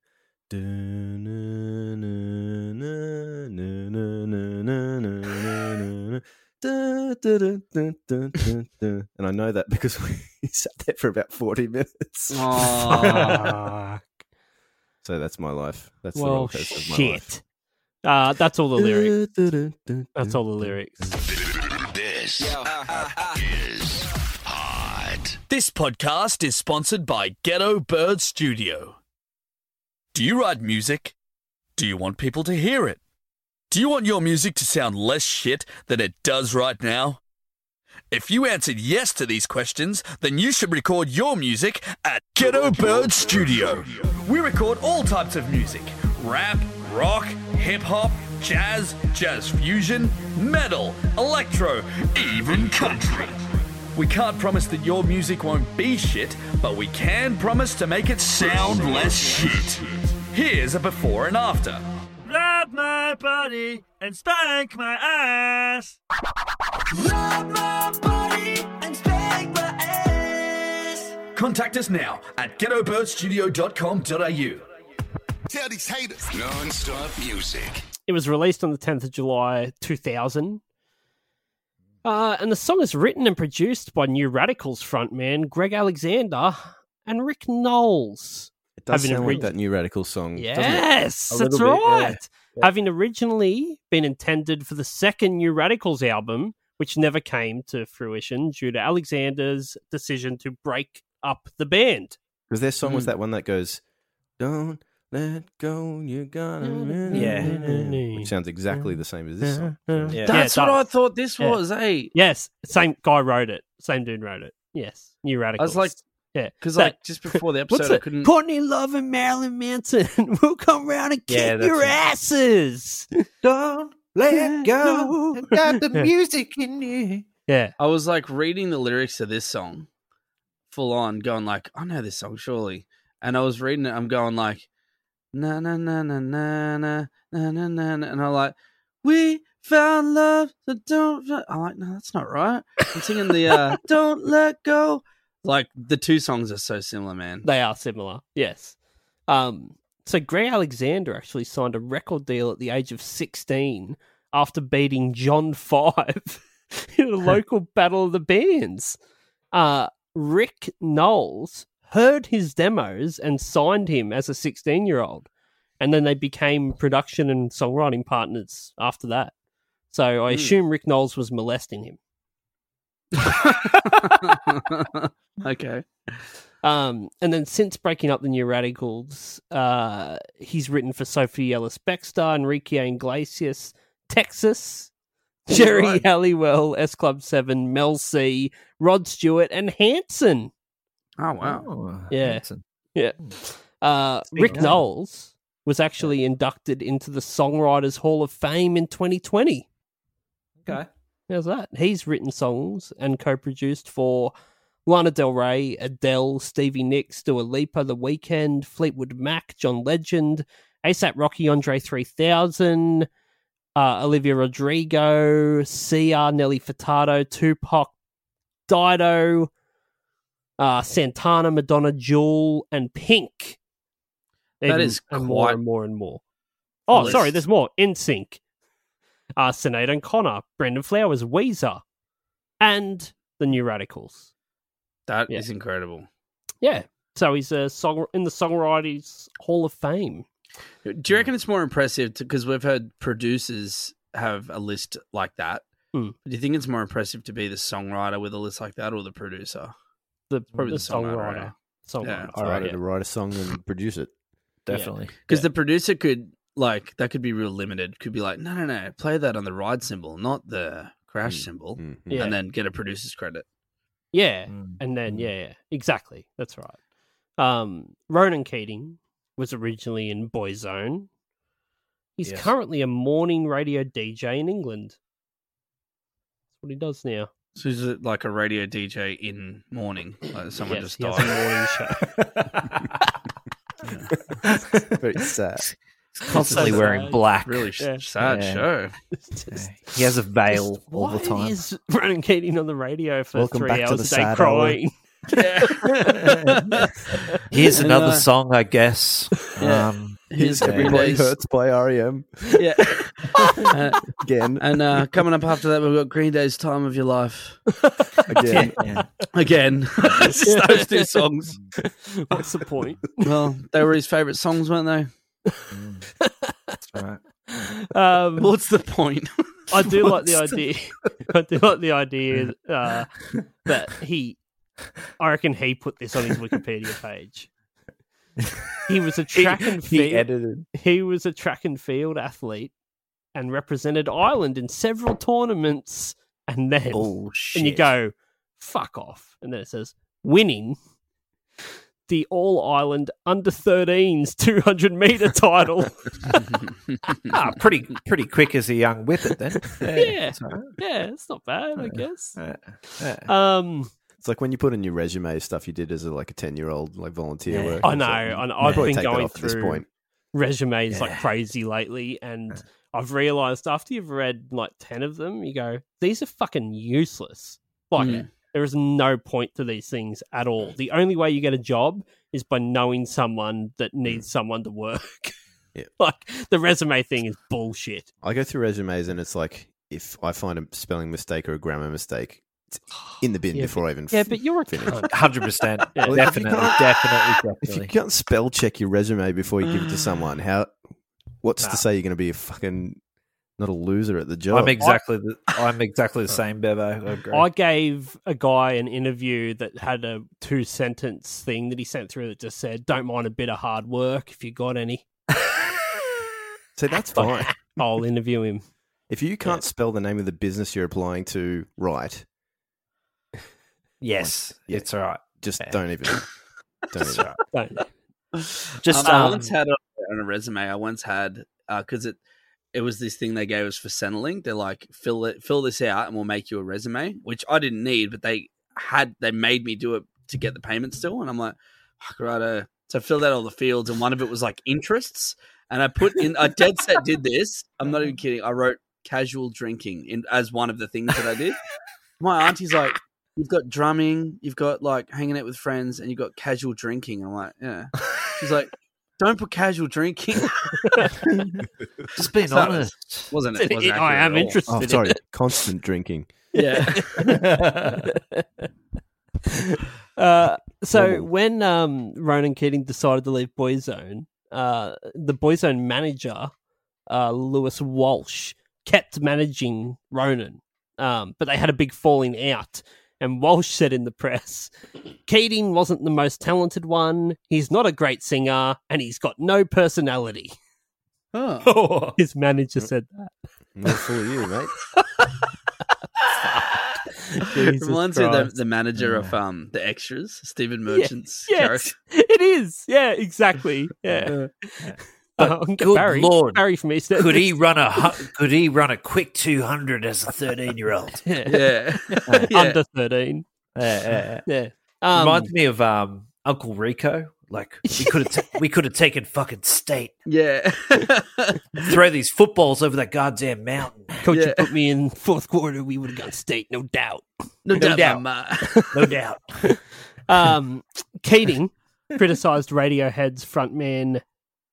S5: Du- na- na- na- na- na- na- na- na- na- na- na. Da- da- da- da- da- da- da. And I know that because we sat there for about 40 minutes.
S6: Aw.
S5: So that's my life. That's the roller
S3: well,
S5: coaster of my life.
S3: shit. Uh, that's all the lyrics.
S5: Du- du- du- du-
S3: That's
S5: du-
S3: all the lyrics.
S2: This is hot.
S1: This podcast is sponsored by Ghetto Bird Studio. Do you write music? Do you want people to hear it? Do you want your music to sound less shit than it does right now? If you answered yes to these questions, then you should record your music at Ghetto Bird Studio. We record all types of music rap, rock, hip hop, jazz, jazz fusion, metal, electro, even country. We can't promise that your music won't be shit, but we can promise to make it sound less shit. Here's a before and after. Grab my body and spank my ass. Contact us now at ghettobirdstudio.com.au.
S2: Tell these haters. Non-stop music.
S3: It was released on the 10th of July 2000. Uh, and the song is written and produced by New Radicals frontman Greg Alexander and Rick Knowles.
S5: It does
S3: Having a
S5: sound
S3: read.
S5: like that new radical song. Mm, doesn't it?
S3: Yes,
S4: A
S3: that's
S4: little bit, yeah.
S3: right. Having originally been intended for the second New Radicals album, which never came to fruition due to Alexander's decision to break up the band.
S5: Because their song was that one that goes, "Don't let go, you gotta."
S4: Yeah.
S5: which sounds exactly the same as this song.
S4: Yeah.
S6: That's
S3: it
S6: what I
S3: does.
S6: thought this
S3: Yeah.
S6: was, eh?
S3: Yes, same guy wrote it. Same dude wrote it. Yes, New
S6: I
S3: Radicals.
S6: was like,
S3: yeah,
S6: because
S3: That-
S6: like just before the
S3: what's
S6: episode, I
S3: it?
S6: couldn't.
S3: Courtney Love and Marilyn Manson will come round and kick
S4: Yeah, that's
S3: your
S4: it.
S3: asses.
S4: Don't let go.
S3: No.
S4: I've got the
S3: Yeah.
S4: music in you.
S3: Yeah,
S6: I was like reading the lyrics to this song, full on, going like, I know this song surely, and I was reading it. I'm going like, na na na na na na na na na, na," and I'm like, we found love, so don't. f-" I'm like, no, that's not right. I'm singing the uh, don't let go. Like the two songs are so similar, man.
S3: they are similar. Yes. Um, so Gray Alexander actually signed a record deal at the age of 16 after beating John Five in a local battle of the bands. Uh, Rick Knowles heard his demos and signed him as a 16 year old. And then they became production and songwriting partners after that. So I
S6: Hmm.
S3: assume Rick Knowles was molesting him.
S6: okay.
S3: Um, and then since breaking up the New Radicals, uh, he's written for Sophie Ellis Bextor, Enrique Iglesias, Texas, Jerry Halliwell, S Club 7, Mel C, Rod Stewart, and Hanson.
S6: Oh wow.
S7: Oh,
S3: Yeah.
S7: Hanson.
S3: Yeah. Uh, Rick
S7: of-
S3: Knowles was actually inducted into the Songwriters Hall of Fame in 2020.
S7: Okay.
S3: How's that? He's written songs and co-produced for Lana Del Rey, Adele, Stevie Nicks, Dua Lipa, The Weeknd, Fleetwood Mac, John Legend, ASAP Rocky, Andre 3000, uh, Olivia Rodrigo, CR, Nelly Furtado, Tupac, Dido, uh, Santana, Madonna, Jewel, and Pink.
S6: That
S3: Even-
S6: is
S3: and more
S6: quite
S3: and more and more. Oh,
S6: list.
S3: sorry, there's more. In sync. Uh, Sinead and Connor, Brendan Flowers, Weezer, and the New Radicals.
S6: that is
S3: Yeah.
S6: incredible.
S3: Yeah. So he's a song in the Songwriters Hall of Fame.
S6: Do you reckon it's more impressive because we've heard producers have a list like that?
S3: Hmm.
S6: Do you think it's more impressive to be the songwriter with a list like that or the producer?
S3: The,
S6: Probably
S3: the
S6: the songwriter.
S3: songwriter. Songwriter.
S5: All right, to write a song and produce it.
S4: Definitely.
S6: Because the producer could like that could be real limited. Could be like, no, no, no, play that on the ride cymbal, not the crash cymbal,
S5: Mm, mm.
S3: Yeah.
S6: and then get a producer's credit.
S3: Yeah.
S4: Mm.
S3: And then, yeah, yeah, exactly. That's right. Um, Ronan Keating was originally in Boyzone. He's
S4: Yes.
S3: currently a morning radio DJ in England. That's what he does now.
S6: So he's a- like a radio DJ in morning. Like someone
S3: Yes,
S6: just
S3: he has
S6: died.
S5: Very sad.
S4: Constantly
S3: So
S4: wearing
S3: sad.
S4: black.
S6: Really sh-
S3: Yeah.
S6: sad
S4: Yeah.
S6: show.
S3: It's just-
S4: He has a veil
S3: just
S4: all the
S3: why
S4: time.
S3: is Ronan Keating on the radio for
S5: Welcome
S3: three
S5: back to
S3: hours
S5: the
S3: a day
S5: sad
S3: crying?
S4: Here's
S6: And,
S4: another
S6: uh,
S4: song, I guess.
S6: Yeah.
S4: Um,
S6: Here's
S5: Everybody hurts by REM
S6: Yeah. Uh,
S5: again,
S6: and uh, coming up after that, we've got Green Day's "Time of Your Life"
S5: again.
S6: again. It's just those two songs.
S3: What's the point?
S6: Well, they were his favorite songs, weren't they?
S3: Um,
S6: What's the point?
S3: I do like the idea. I do like the idea uh, that he. I reckon he put this on his Wikipedia page. He was a track and
S4: he
S3: field.
S4: edited.
S3: He was a track and field athlete, and represented Ireland in several tournaments. And then,
S5: Oh,
S4: Bullshit.
S3: and you go, "Fuck off!" And then it says, "Winning the All Ireland Under 13s 200 meter title."
S4: Ah, pretty pretty quick as a young whippet then.
S3: Yeah.
S4: that's all right.
S3: yeah, it's not bad, I guess.
S4: Yeah, yeah.
S3: Um.
S5: It's like when you put in your resume stuff you did as a, like a ten year old, like volunteer
S4: Yeah.
S5: work.
S3: I know, I know. I've
S5: Probably
S3: been
S5: take that
S3: going
S5: off at this
S3: through-
S5: point.
S3: resumes like
S4: Yeah.
S3: crazy lately and I've realized after you've read like 10 of them you go these are fucking useless like
S6: Mm.
S3: there is no point to these things at all the only way you get a job is by knowing someone that needs someone to work
S5: Yeah.
S3: like the resume thing is bullshit
S5: I go through resumes and it's like if I find a spelling mistake or a grammar mistake, it's in the bin
S3: Yeah,
S5: before I even.
S3: yeah
S5: f-
S3: but you're a
S5: Finish.
S3: cunt
S4: Hundred percent.
S3: Yeah.
S5: Well, if you
S4: Definitely,
S5: can't-
S4: definitely,
S5: if you
S4: definitely.
S5: can't spell check your resume before you give it to someone, how? What's
S4: Nah.
S5: to say you're going to be a fucking not a loser at the job?
S4: I'm exactly the I'm exactly the same, Bevo. I agree.
S3: I gave a guy an interview that had a two sentence thing that he sent through that just said don't mind a bit of hard work if you got any
S5: so that's fine.
S3: I'll interview him
S5: If you can't spell the name of the business you're applying to right,
S4: yes,
S5: Yeah.
S4: it's all right.
S5: just
S4: Yeah.
S5: don't even. Don't
S4: It's
S5: even.
S4: all right.
S3: don't
S4: Just
S6: Um, I
S4: um,
S6: once had a- on a resume. I once had because it it was this thing they gave us for Centrelink. They're like fill it, fill this out, and we'll make you a resume, which I didn't need, but they had they made me do it to get the payment still, and I'm like, fuck right. Uh, so I filled out all the fields, and one of it was like interests, and I put in I dead set did this. I'm not even kidding. I wrote casual drinking in, as one of the things that I did. My auntie's like. You've got drumming, you've got like hanging out with friends, and you've got casual drinking. I'm like, yeah. She's like, don't put casual drinking.
S4: just being
S6: so-
S4: honest.
S6: Wasn't it? wasn't
S3: I
S6: accurate
S3: am
S6: at all.
S3: interested
S5: Oh,
S3: in
S5: sorry. Constant drinking.
S6: Yeah.
S3: Uh, so
S5: Normal.
S3: when um, Ronan Keating decided to leave Boyzone, uh, the Boyzone manager, uh, Lewis Walsh, kept managing Ronan, um, but they had a big falling out. And Walsh said in the press, Keating wasn't the most talented one. He's not a great singer, and he's got no personality.
S6: Oh.
S3: His manager said that.
S5: Not full of you, mate.
S3: Jesus
S6: Reminds me of the,
S3: Christ.
S6: the manager of um the extras, Stephen Merchant's character.
S3: Yes, it is. Yeah, exactly. Yeah. Um,
S4: good
S3: Barry,
S4: Lord.
S3: Barry from East.
S4: Could he run a hu- could he run a quick two hundred as a thirteen year old?
S6: Yeah. Yeah.
S3: under 13.
S4: Eh,
S3: Yeah. Um,
S4: Reminds me of um, Uncle Rico. Like we could have ta- we could have taken fucking state.
S6: Yeah.
S4: Throw these footballs over that goddamn mountain.
S3: coach
S6: yeah.
S3: you put me in fourth quarter, we would have gone state, no doubt.
S6: no, doubt.
S4: doubt.
S6: Mama.
S4: No doubt.
S3: Um, Keating criticised Radiohead's frontman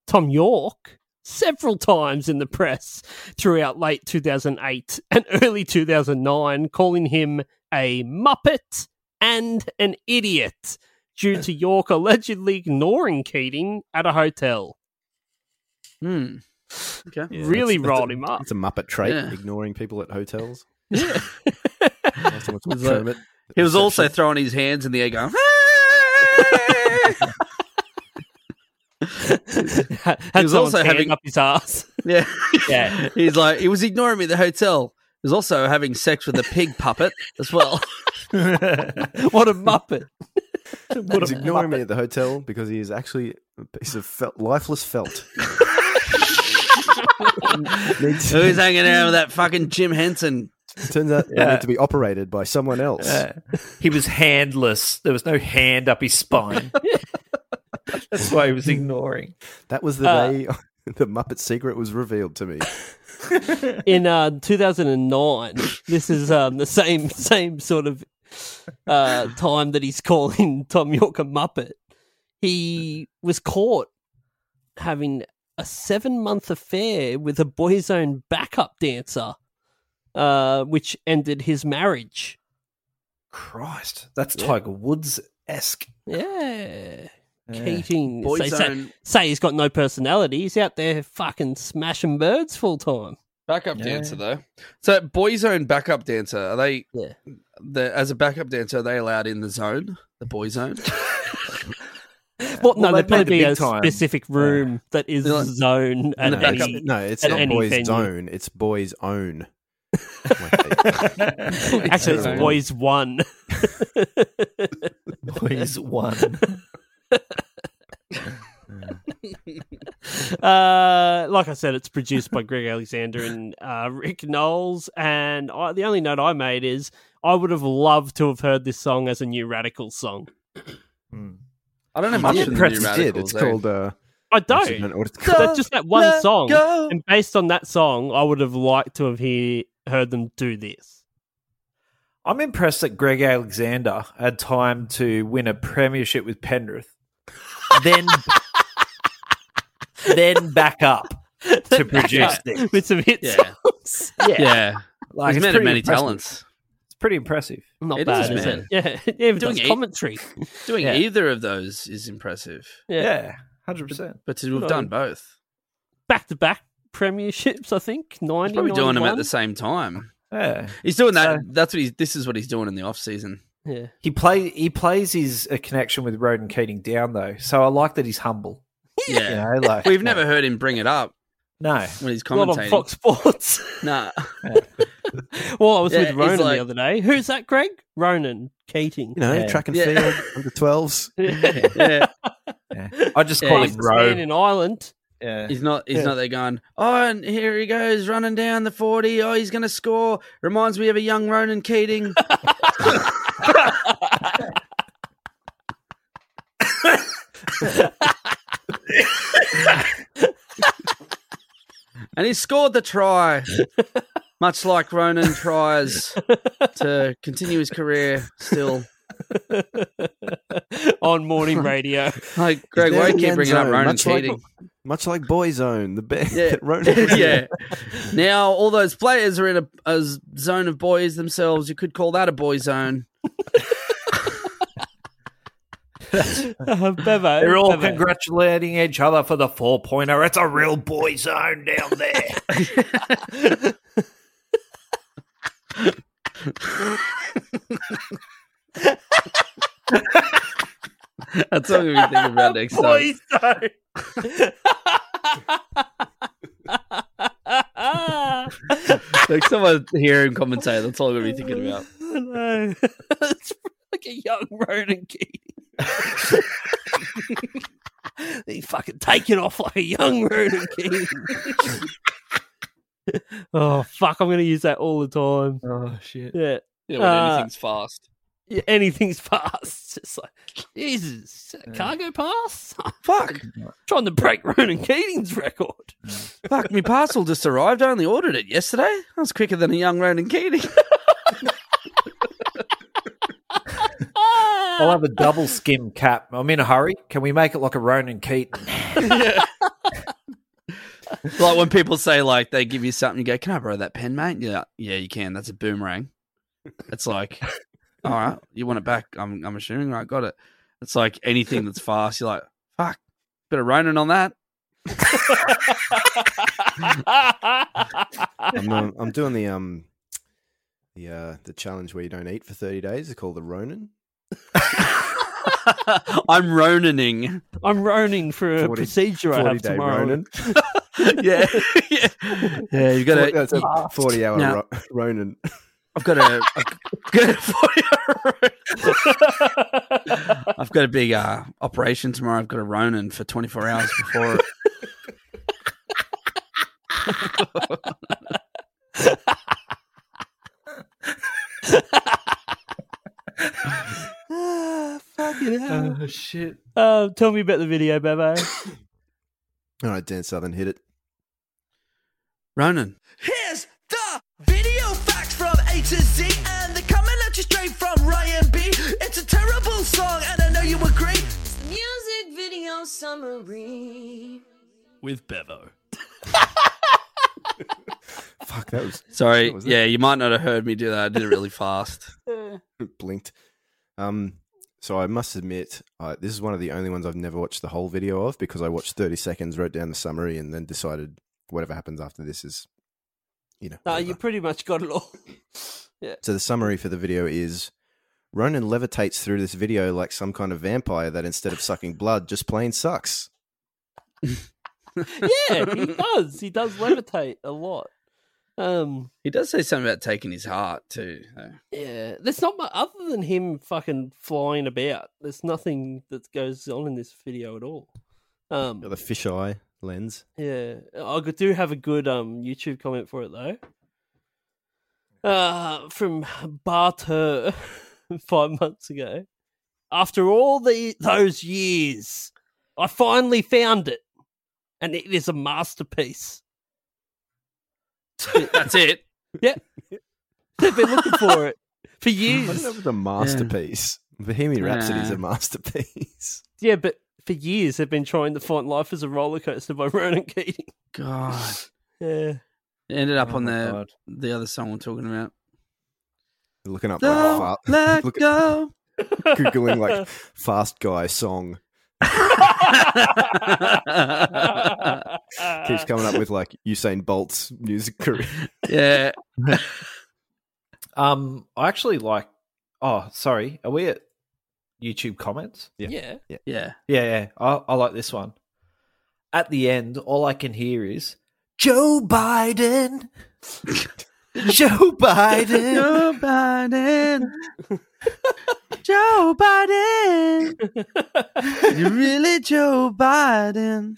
S3: Tom York several times in the press throughout late 2008 and early 2009, calling him a muppet and an idiot due to York allegedly ignoring Keating at a hotel.
S6: Hmm. Okay.
S5: Yeah,
S3: really
S5: that's- that's
S3: rolled
S5: a-
S3: him up.
S5: It's a Muppet trait,
S6: Yeah.
S5: ignoring people at hotels.
S6: Yeah.
S5: Last time I saw
S6: Was that-
S5: Kermit,
S6: He was also
S5: reception.
S6: throwing his hands in the air going,
S3: Had
S6: was
S3: someone's
S6: also
S3: hand
S6: having-
S3: up his ass.
S6: yeah.
S3: Yeah.
S6: He's like, he was ignoring me at the hotel. He was also having sex with a pig puppet as well.
S3: what a muppet!
S5: He's ignoring me at the hotel because he is actually a piece of felt, lifeless felt. Needs-
S6: Who's hanging out with that fucking Jim Henson?
S5: turns out they need to be operated by someone else.
S4: He was handless. There was no hand up his spine. That's why he was ignoring.
S5: That was the day the Muppet secret was revealed to me.
S3: In uh, 2009, this is um, the same same sort of uh, time that he's calling Tom York a muppet. He was caught having a seven month affair with a boy's own backup dancer, uh, which ended his marriage.
S4: Christ, that's Tiger Woods esque.
S3: Yeah. Keating.
S6: Boy
S3: Say, say,
S6: zone.
S3: say he's got no personality. He's out there fucking smashing birds full time.
S6: Backup dancer, though. So, boy zone backup dancer, are they,
S3: Yeah.
S6: the, as a backup dancer, are they allowed in the zone? The boy zone?
S3: Well,
S4: Well,
S3: no, there'd
S4: they'd
S3: probably
S4: make a
S3: be a
S4: big time.
S3: specific room that is
S6: They're like-
S3: zone
S6: And
S3: and
S6: the backup-
S3: any,
S5: No, it's
S3: At
S5: not
S3: any
S5: boys'
S3: venue.
S5: zone. It's boys' own.
S3: actually it's
S6: zone.
S3: boys one.
S4: Boys one.
S3: uh, like I said, it's produced by Greg Alexander and uh, Rick Knowles. And I, the only note I made is I would have loved to have heard this song as a new Radicals song.
S6: I don't know
S5: I'm
S6: much of the
S5: impressed
S6: new
S5: it did. It's
S6: radicals. eh?
S5: called. Uh,
S3: I
S5: I
S3: don't.
S5: actually don't know what it's called.
S3: That's just that one
S6: Let
S3: song.
S6: go.
S3: And based on that song, I would have liked to have hear, heard them do this.
S4: I'm impressed that Greg Alexander had time to win a premiership with Penrith, then then back up to produce this.
S3: with some hits.
S6: Yeah. yeah.
S4: Like,
S6: He's
S4: it's
S6: man of
S4: pretty
S6: many
S4: impressive.
S6: talents.
S4: It's pretty impressive.
S3: Not
S6: It
S3: bad,
S6: is,
S3: is,
S6: man.
S3: it? Yeah, yeah even
S6: Doing
S3: does
S6: it.
S3: commentary.
S6: Doing
S4: Yeah.
S6: either of those is impressive,
S3: Yeah.
S4: Yeah, hundred percent.
S6: but to have done both,
S3: back to back premierships. I think ninety.
S6: he's probably doing them at
S3: 91.
S6: the same time.
S4: Yeah,
S6: He's doing that. that's what he's. This is what he's doing in the off season.
S3: Yeah,
S4: he play he plays his uh, connection with Roden Keating down though, so I like that he's humble.
S6: Yeah,
S4: You know, like
S6: we've never heard him bring it up
S4: no.
S6: when he's
S3: not on
S6: commentating.
S3: Fox Sports.
S6: Nah,
S3: well, I was
S6: Yeah,
S3: with
S6: he's
S3: Ronan
S6: like-
S3: the other day. Who's that, Greg? Ronan Keating.
S5: You know,
S4: Yeah.
S5: track and
S6: Yeah.
S5: field under twelves.
S6: yeah,
S4: Yeah. I just
S6: Yeah,
S4: call
S6: he's
S4: him
S3: This man
S4: Roe.
S3: in Ireland.
S7: Yeah.
S6: he's not. He's not there going. Oh, and here he goes running down the forty. Oh, he's going to score. Reminds me of a young Ronan Keating. and he scored the try, much like Ronan tries to continue his career still.
S3: on morning radio.
S6: Like Greg,
S5: He's
S6: why
S5: down
S6: do
S5: the
S6: you keep
S5: end
S6: bringing up
S5: zone,
S6: Ronan
S5: much like-
S6: Keating?
S5: Much like boys' own, the band
S6: Yeah.
S5: that Ronan-
S6: yeah. Now all those players are in a, a zone of boys themselves. You could call that a boy zone.
S3: Uh, Bevo,
S4: They're all
S3: Bevo.
S4: congratulating each other for the four pointer. It's a real boy zone down there.
S6: That's what we're thinking about next time.
S3: Please don't.
S6: Next time I hear him commentate, that's all I'm gonna be thinking about.
S3: no. it's like a young Ronan Keating. he fucking taking off like a young Ronan Keating. oh fuck! I'm gonna use that all the time.
S7: Oh shit.
S3: Yeah,
S6: Yeah,
S3: when Uh, anything's
S6: fast.
S3: yeah anything's fast. Just like Jesus, cargo pass.
S6: Fuck!
S3: Trying to break Ronan Keating's record.
S6: Fuck! My parcel just arrived. I only ordered it yesterday. I was quicker than a young Ronan Keating.
S3: Ah!
S4: I'll have a double skim cap. I'm in a hurry. Can we make it like a Ronan Keaton?
S6: like when people say like they give you something, you go, "Can I borrow that pen, mate?" Yeah, yeah, you can. That's a boomerang. It's like, all right, you want it back? I'm I'm assuming, right? Got it. It's like anything that's fast. You're like, fuck, bit of Ronin on that.
S5: I'm, um, I'm doing the um the uh, the challenge where you don't eat for 30 days. It's called the Ronin.
S6: I'm Ronaning.
S3: I'm roning for a
S5: 40
S3: procedure I
S5: 40
S3: have
S5: day
S3: tomorrow.
S5: Ronin.
S6: yeah. yeah. Yeah, you've got
S5: Well,
S6: to.
S5: that's a 40 hour
S6: Now-
S5: ro- Ronin.
S6: I've got a. I've got a, I've got a big uh, operation tomorrow. I've got a Ronin for 24 hours before.
S7: Oh shit!
S3: Uh, tell me about the video, Babo.
S5: All right, Dan Southern, hit it.
S6: Ronin.
S1: Here's the video facts from A to Z, and they're coming at you straight from Ryan B. It's a terrible song, and I know you agree.
S10: Music video summary.
S8: with Bevo.
S5: Fuck, that was
S6: Sorry.
S5: What was that?
S6: Yeah, you might not have heard me do that. I did it really fast.
S5: blinked. Um, so I must admit, uh, this is one of the only ones I've never watched the whole video of because I watched 30 seconds, wrote down the summary, and then decided whatever happens after this is, you know.
S3: No,
S5: whatever.
S3: you pretty much got it all.
S5: So the summary for the video is Ronan levitates through this video like some kind of vampire that instead of sucking blood, just plain sucks.
S3: yeah, he does. He does levitate a lot. Um,
S6: He does say something about taking his heart, too. so.
S3: yeah, there's not much other than him fucking flying about. There's nothing that goes on in this video at all. Um,
S5: Got the fisheye lens.
S3: Yeah, I g- do have a good um YouTube comment for it though. Uh, from Barter five months ago. After all the those years, I finally found it, and it is a masterpiece.
S6: That's it.
S3: They've been looking for it for
S5: I think
S3: years.
S5: that was a masterpiece. Bohemian Rhapsody is a masterpiece.
S3: Yeah, but for years they've been trying to find "Life as a Roller Coaster" by Ronan Keating.
S6: God.
S3: Yeah,
S6: It ended up
S7: Oh
S6: on
S7: my
S6: the
S7: God.
S6: the other song we're talking about.
S5: Looking up
S6: Don't
S5: like fa-
S6: let
S5: Look at-
S6: go.
S5: googling like fast guy song
S3: Uh,
S5: keeps coming up with like Usain Bolt's music career.
S6: yeah.
S4: Um, I actually like. Oh, sorry. Are we at YouTube comments?
S5: Yeah.
S3: yeah.
S6: Yeah.
S4: Yeah, yeah. I, I like this one. At the end, all I can hear is Joe Biden. Joe Biden.
S6: Joe Biden. Joe Biden. you really Joe Biden.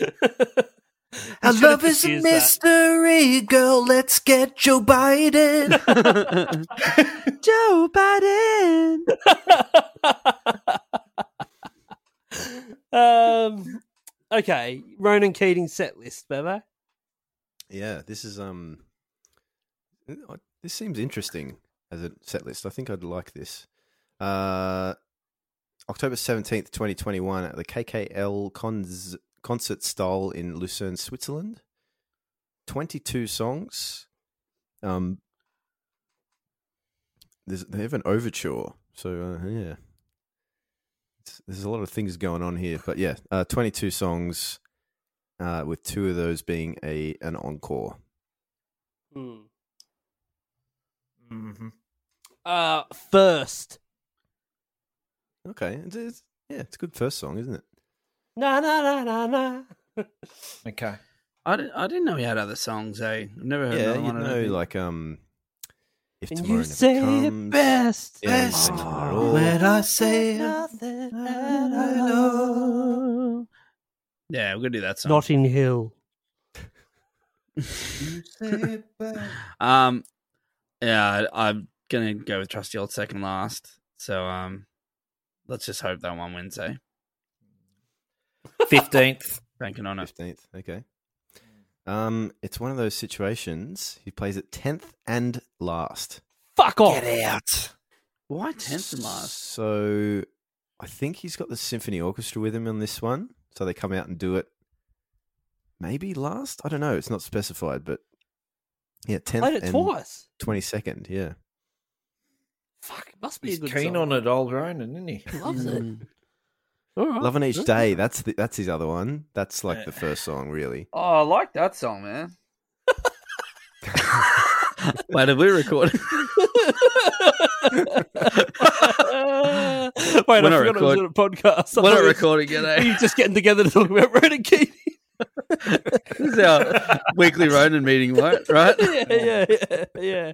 S4: Our
S3: should've
S4: love is a
S3: confused that.
S4: mystery, girl. Let's get Joe Biden.
S6: Joe Biden.
S3: um, okay, Ronan Keating set list, Bevo.
S5: Yeah, this is um, I- this seems interesting as a set list. I think I'd like this. Uh, October seventeenth, twenty twenty one, at the KKL cons- concert stall in Lucerne, Switzerland. Twenty two songs. Um, there's, they have an overture, so uh, yeah. It's, there's a lot of things going on here, but yeah, uh, twenty two songs uh, with two of those being a an encore.
S3: Hmm.
S7: Mm-hmm.
S3: Uh, first.
S5: Okay, it's, it's- yeah, it's a good first song, isn't it?
S3: Na na na na na.
S4: Okay.
S6: I didn't, I didn't know he had other songs, eh? I've never heard
S5: yeah,
S6: another
S5: you
S6: one. I don't
S5: know,
S6: think.
S5: like um, if
S3: And you
S5: tomorrow never
S3: say it
S5: comes,
S3: best.
S5: yeah,
S3: best
S5: tomorrow.
S4: When I say
S3: Nothing at all.
S4: hello.
S6: yeah, we're going to do that song.
S3: Notting Hill.
S6: Um, yeah, I- I'm gonna go with trusty old second last. So um, let's just hope that one wins. Eh?
S4: 15th.
S6: Banking on it.
S5: fifteenth, okay. Um, it's one of those situations. He plays it tenth and last.
S3: Fuck off.
S6: out. Why tenth and last?
S5: So, I think he's got the symphony orchestra with him on this one. So they come out and do it. Maybe last. I don't know. It's not specified, but yeah, tenth
S3: Played it
S5: and
S3: twice.
S5: twenty second. Yeah.
S3: Fuck, it must be
S7: He's
S3: a good
S7: keen
S3: song.
S7: on
S3: Mm.
S7: it, old Ronan, isn't he?
S3: Loves it. All
S6: Oh,
S3: right.
S5: Loving each
S3: Yeah.
S5: day. That's the, that's his other one. That's like
S6: Uh,
S5: the first song, really.
S6: Oh, I like that song, man. Wait, did we record?
S3: Wait, I forgot it was on a podcast. I thought
S6: We're not
S3: we-
S6: recording it, eh?
S3: we We're just getting together to talk about Renegade.
S6: This is our weekly Ronin meeting, right? Right?
S3: yeah, yeah, yeah. yeah.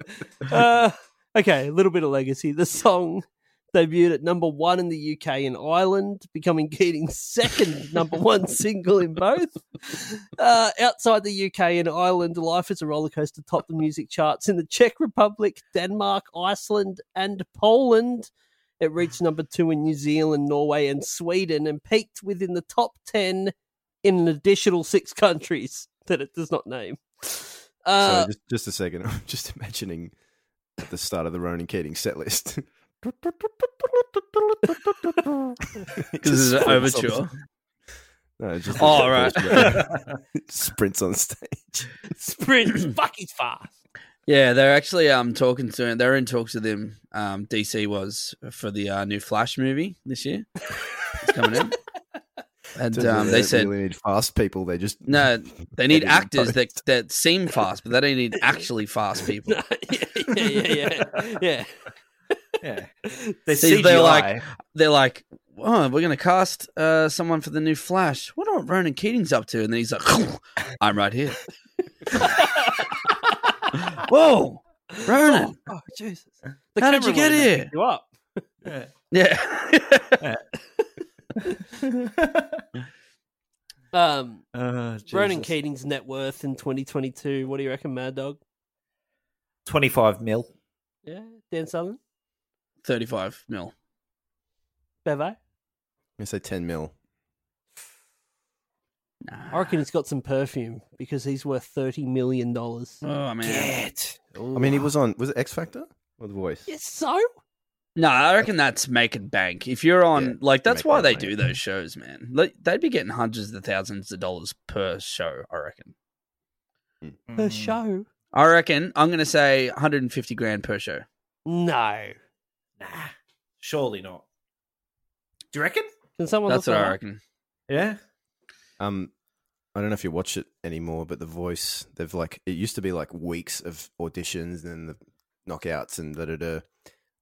S3: Uh, okay, a little bit of legacy. The song debuted at number one in the UK and Ireland, becoming Keating's second number one single in both. Uh, outside the UK and Ireland, Life is a Roller Coaster topped the music charts in the Czech Republic, Denmark, Iceland, and Poland. It reached number two in New Zealand, Norway, and Sweden, and peaked within the top 10 in an additional six countries that it does not name. Uh,
S5: Sorry, just, just a second. I'm just imagining at the start of the Ronan Keating set list.
S6: This is an overture.
S5: No, it just
S6: Oh, right.
S5: sprints on stage.
S3: sprint fucking fast.
S6: Yeah, they're actually um talking to They're in talks with him. Um, DC was for the uh, new Flash movie this year. It's coming in, and
S5: Turns out
S6: um, they
S5: don't
S6: said
S5: really need fast people. They just
S6: no. They need
S5: Editing
S6: actors that that seem fast, but they don't need actually fast people.
S3: yeah, yeah, yeah, yeah.
S4: Yeah.
S6: They see they're like they're like, oh, we're gonna cast uh, someone for the new Flash. Wonder what Ronan Keating's up to, and then he's like, I'm right here. Whoa, Ronan!
S3: Oh, Jesus.
S6: How did you get
S3: cameraman
S6: here?
S3: picked You up.
S6: Yeah.
S3: Um,
S6: "Oh,
S4: Uh,
S3: Ronan
S4: Jesus.
S3: Keating's net worth in 2022. What do you reckon, Mad Dog?
S4: 25 mil.
S3: Yeah, Dan Sutherland,
S6: Thirty-five mil.
S3: Bevo.
S5: I'm gonna say ten mil.
S3: I reckon he's got some perfume because he's worth thirty million dollars.
S6: Oh man.
S5: I mean, he was on. Was it X Factor or The Voice?
S3: Yes, so
S6: No, I reckon that's making bank. If you're on,
S5: Yeah,
S6: like, that's
S5: make
S6: why
S5: that
S6: they
S5: money.
S6: do those shows, man. Like, they'd be getting hundreds of thousands of dollars per show. I reckon.
S4: Hmm.
S3: per show.
S6: I reckon I'm gonna say 150 grand per show.
S3: No,
S4: Nah, surely not. Do you reckon?
S3: can someone?
S6: That's
S3: look
S6: what
S3: that
S6: I
S3: up?
S6: reckon.
S4: Yeah.
S5: Um, I don't know if you watch it anymore, but The Voice, they've like it used to be like weeks of auditions and then the knockouts and da da da.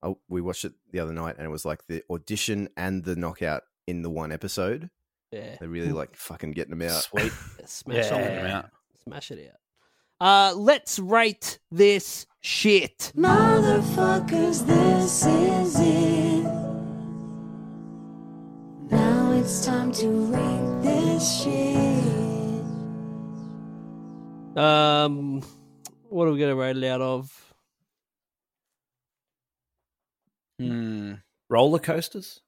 S5: Oh, we watched it the other night, and it was like the audition and the knockout in the one episode.
S3: Yeah,
S5: They're really like fucking getting them out.
S4: Sweet.
S3: smash
S4: Yeah.
S3: it
S6: Get 'em
S3: out.
S6: out.
S3: Smash it out. Uh, let's rate this shit.
S10: Motherfuckers, this is it. Now it's time to rate this shit.
S3: Um, what are we gonna rate it out of?
S6: Hmm.
S4: Roller coasters?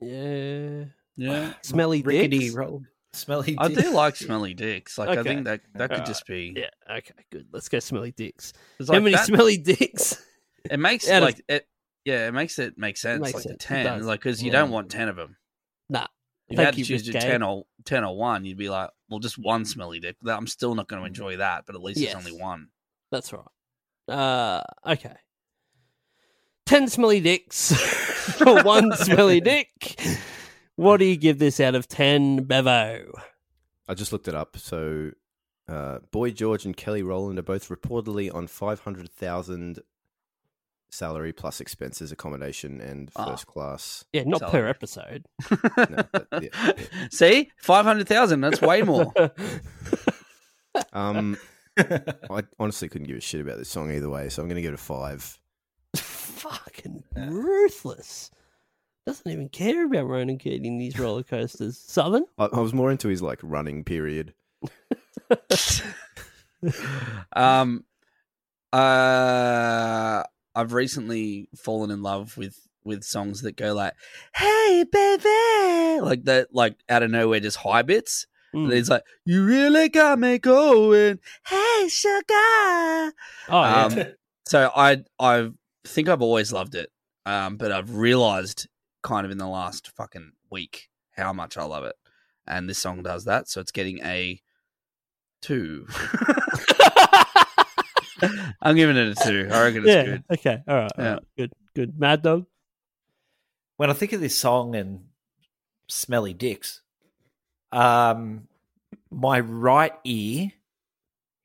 S3: Yeah,
S6: Yeah.
S3: smelly
S4: Rickety
S3: dicks.
S4: roll. Smelly
S6: I
S4: dicks.
S6: do like smelly dicks. Like, I
S3: Okay.
S6: think that that could
S3: Alright.
S6: just be.
S3: Yeah, okay, good. Let's go smelly dicks.
S6: 'cause,
S3: How
S6: like,
S3: many
S6: that-
S3: smelly dicks?
S6: It makes
S3: out of-
S6: like it. Yeah, it makes it make sense.
S3: makes
S6: like the
S3: sense. It
S6: ten,
S3: does.
S6: like because you
S3: Yeah.
S6: don't want ten of them.
S3: Nah.
S6: If you
S3: Thank
S6: had to
S3: you,
S6: choose
S3: Miss
S6: your
S3: Gay.
S6: 10 or, 10 or 1, you'd be like, well, just one smelly dick. That- I'm still not going to enjoy that, but at least
S3: Mm. Yes.
S6: it's only one.
S3: That's right. Uh, okay. Ten smelly dicks for one smelly dick. What do you give this out of ten, Bevo?
S5: I just looked it up. So, uh, Boy George and Kelly Rowland are both reportedly on five hundred thousand salary plus expenses, accommodation, and
S6: Ah.
S5: first class.
S3: Yeah, not per
S6: Solid.
S3: episode.
S5: No, but, yeah.
S6: See? 500,000. That's way more.
S5: Um, I honestly couldn't give a shit about this song either way, so I'm going to give it a five.
S3: Fucking ruthless. Doesn't even care about Ronan Keating these roller coasters. Southern.
S5: I, I was more into his like running period.
S6: um, uh, I've recently fallen in love with with songs that go like, hey, baby. Like that, like out of nowhere, just high bits.
S3: Mm.
S6: And it's like, you really got me going. Hey, sugar.
S3: Oh, yeah.
S6: Um, so I I think I've always loved it, um, but I've realized kind of in the last fucking week how much I love it, and this song does that. So it's getting a two. I'm giving it a two. I reckon it's
S3: yeah.
S6: good.
S3: Okay. All right. All
S6: Yeah.
S3: right. Good. Good. Mad Dog.
S4: When I think of this song and smelly dicks. Um, my right ear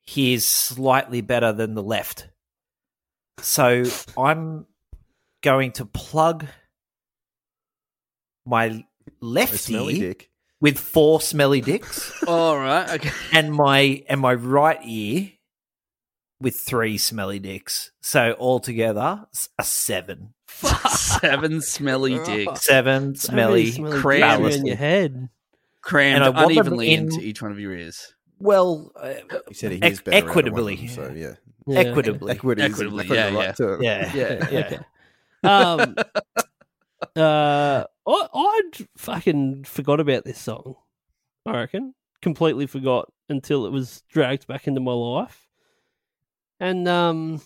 S4: hears slightly better than the left. So I'm going to plug my left
S5: smelly
S4: ear
S5: dick.
S4: with four smelly dicks.
S6: All right. Okay.
S4: and my and my right ear with three smelly dicks. So altogether, s- a seven.
S6: Seven smelly dicks.
S4: Seven
S6: So
S4: smelly,
S6: many smelly
S4: crammed
S6: dicks in your
S3: head,
S6: crammed
S4: And I want them
S6: unevenly
S4: in-
S6: into each one of your ears.
S4: Well, uh,
S5: You said he
S4: Equ-
S5: hears better around the
S4: equitably.
S5: one, so yeah,
S3: Yeah.
S4: equitably.
S5: equity, is-
S6: Equitably,
S5: equity is the
S6: yeah,
S5: right
S6: yeah.
S5: term.
S4: yeah, yeah, yeah.
S3: Um, uh, I I'd fucking forgot about this song. I reckon completely forgot until it was dragged back into my life, and um,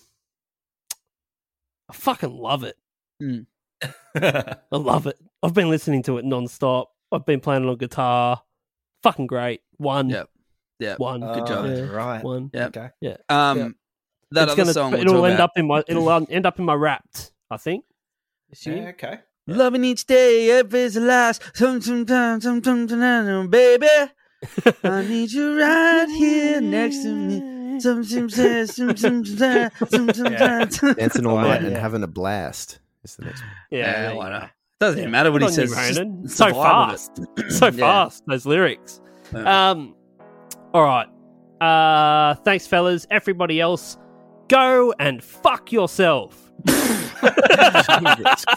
S3: I fucking love it.
S6: Mm.
S3: I love it. I've been listening to it nonstop. I've been playing it on guitar. Fucking great. One,
S6: Yep. Yep.
S3: one,
S6: Good job.
S3: Yeah.
S4: Right.
S3: one.
S6: Yep.
S4: Okay.
S6: Um,
S3: Yeah.
S6: That
S3: It's
S6: other
S3: gonna-
S6: song. we'll
S3: It'll
S6: talk
S3: end
S6: about.
S3: up in my. It'll un- end up in my wrapped. I think. This year.
S4: okay.
S6: Loving each day, every's a loss. Some, sometimes, some, some, some, some, baby. I need you right here next to me. Some, some, some, some, some, some, some, some, some.
S5: dancing all
S4: Oh,
S5: night
S4: yeah.
S5: and having a blast is the next. One.
S6: Yeah,
S3: there
S6: why
S3: you go.
S6: not? Doesn't even matter what
S3: Good
S6: he
S3: on you,
S6: says. it's
S3: Ronan.
S6: just
S3: so
S6: the vibe of it.
S3: fast, so
S6: Yeah.
S3: fast. Those lyrics.
S6: Yeah.
S3: Um, all right. Uh, thanks, fellas. Everybody else, go and fuck yourself.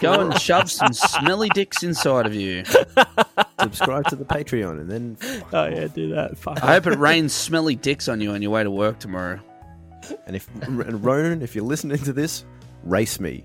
S6: Go and shove some smelly dicks inside of you.
S5: Subscribe to the Patreon and then fuck
S3: Oh
S5: off.
S3: yeah, do that. Fuck.
S6: I hope it rains smelly dicks on you on your way to work tomorrow.
S5: And if and Ronan, if you're listening to this, race me.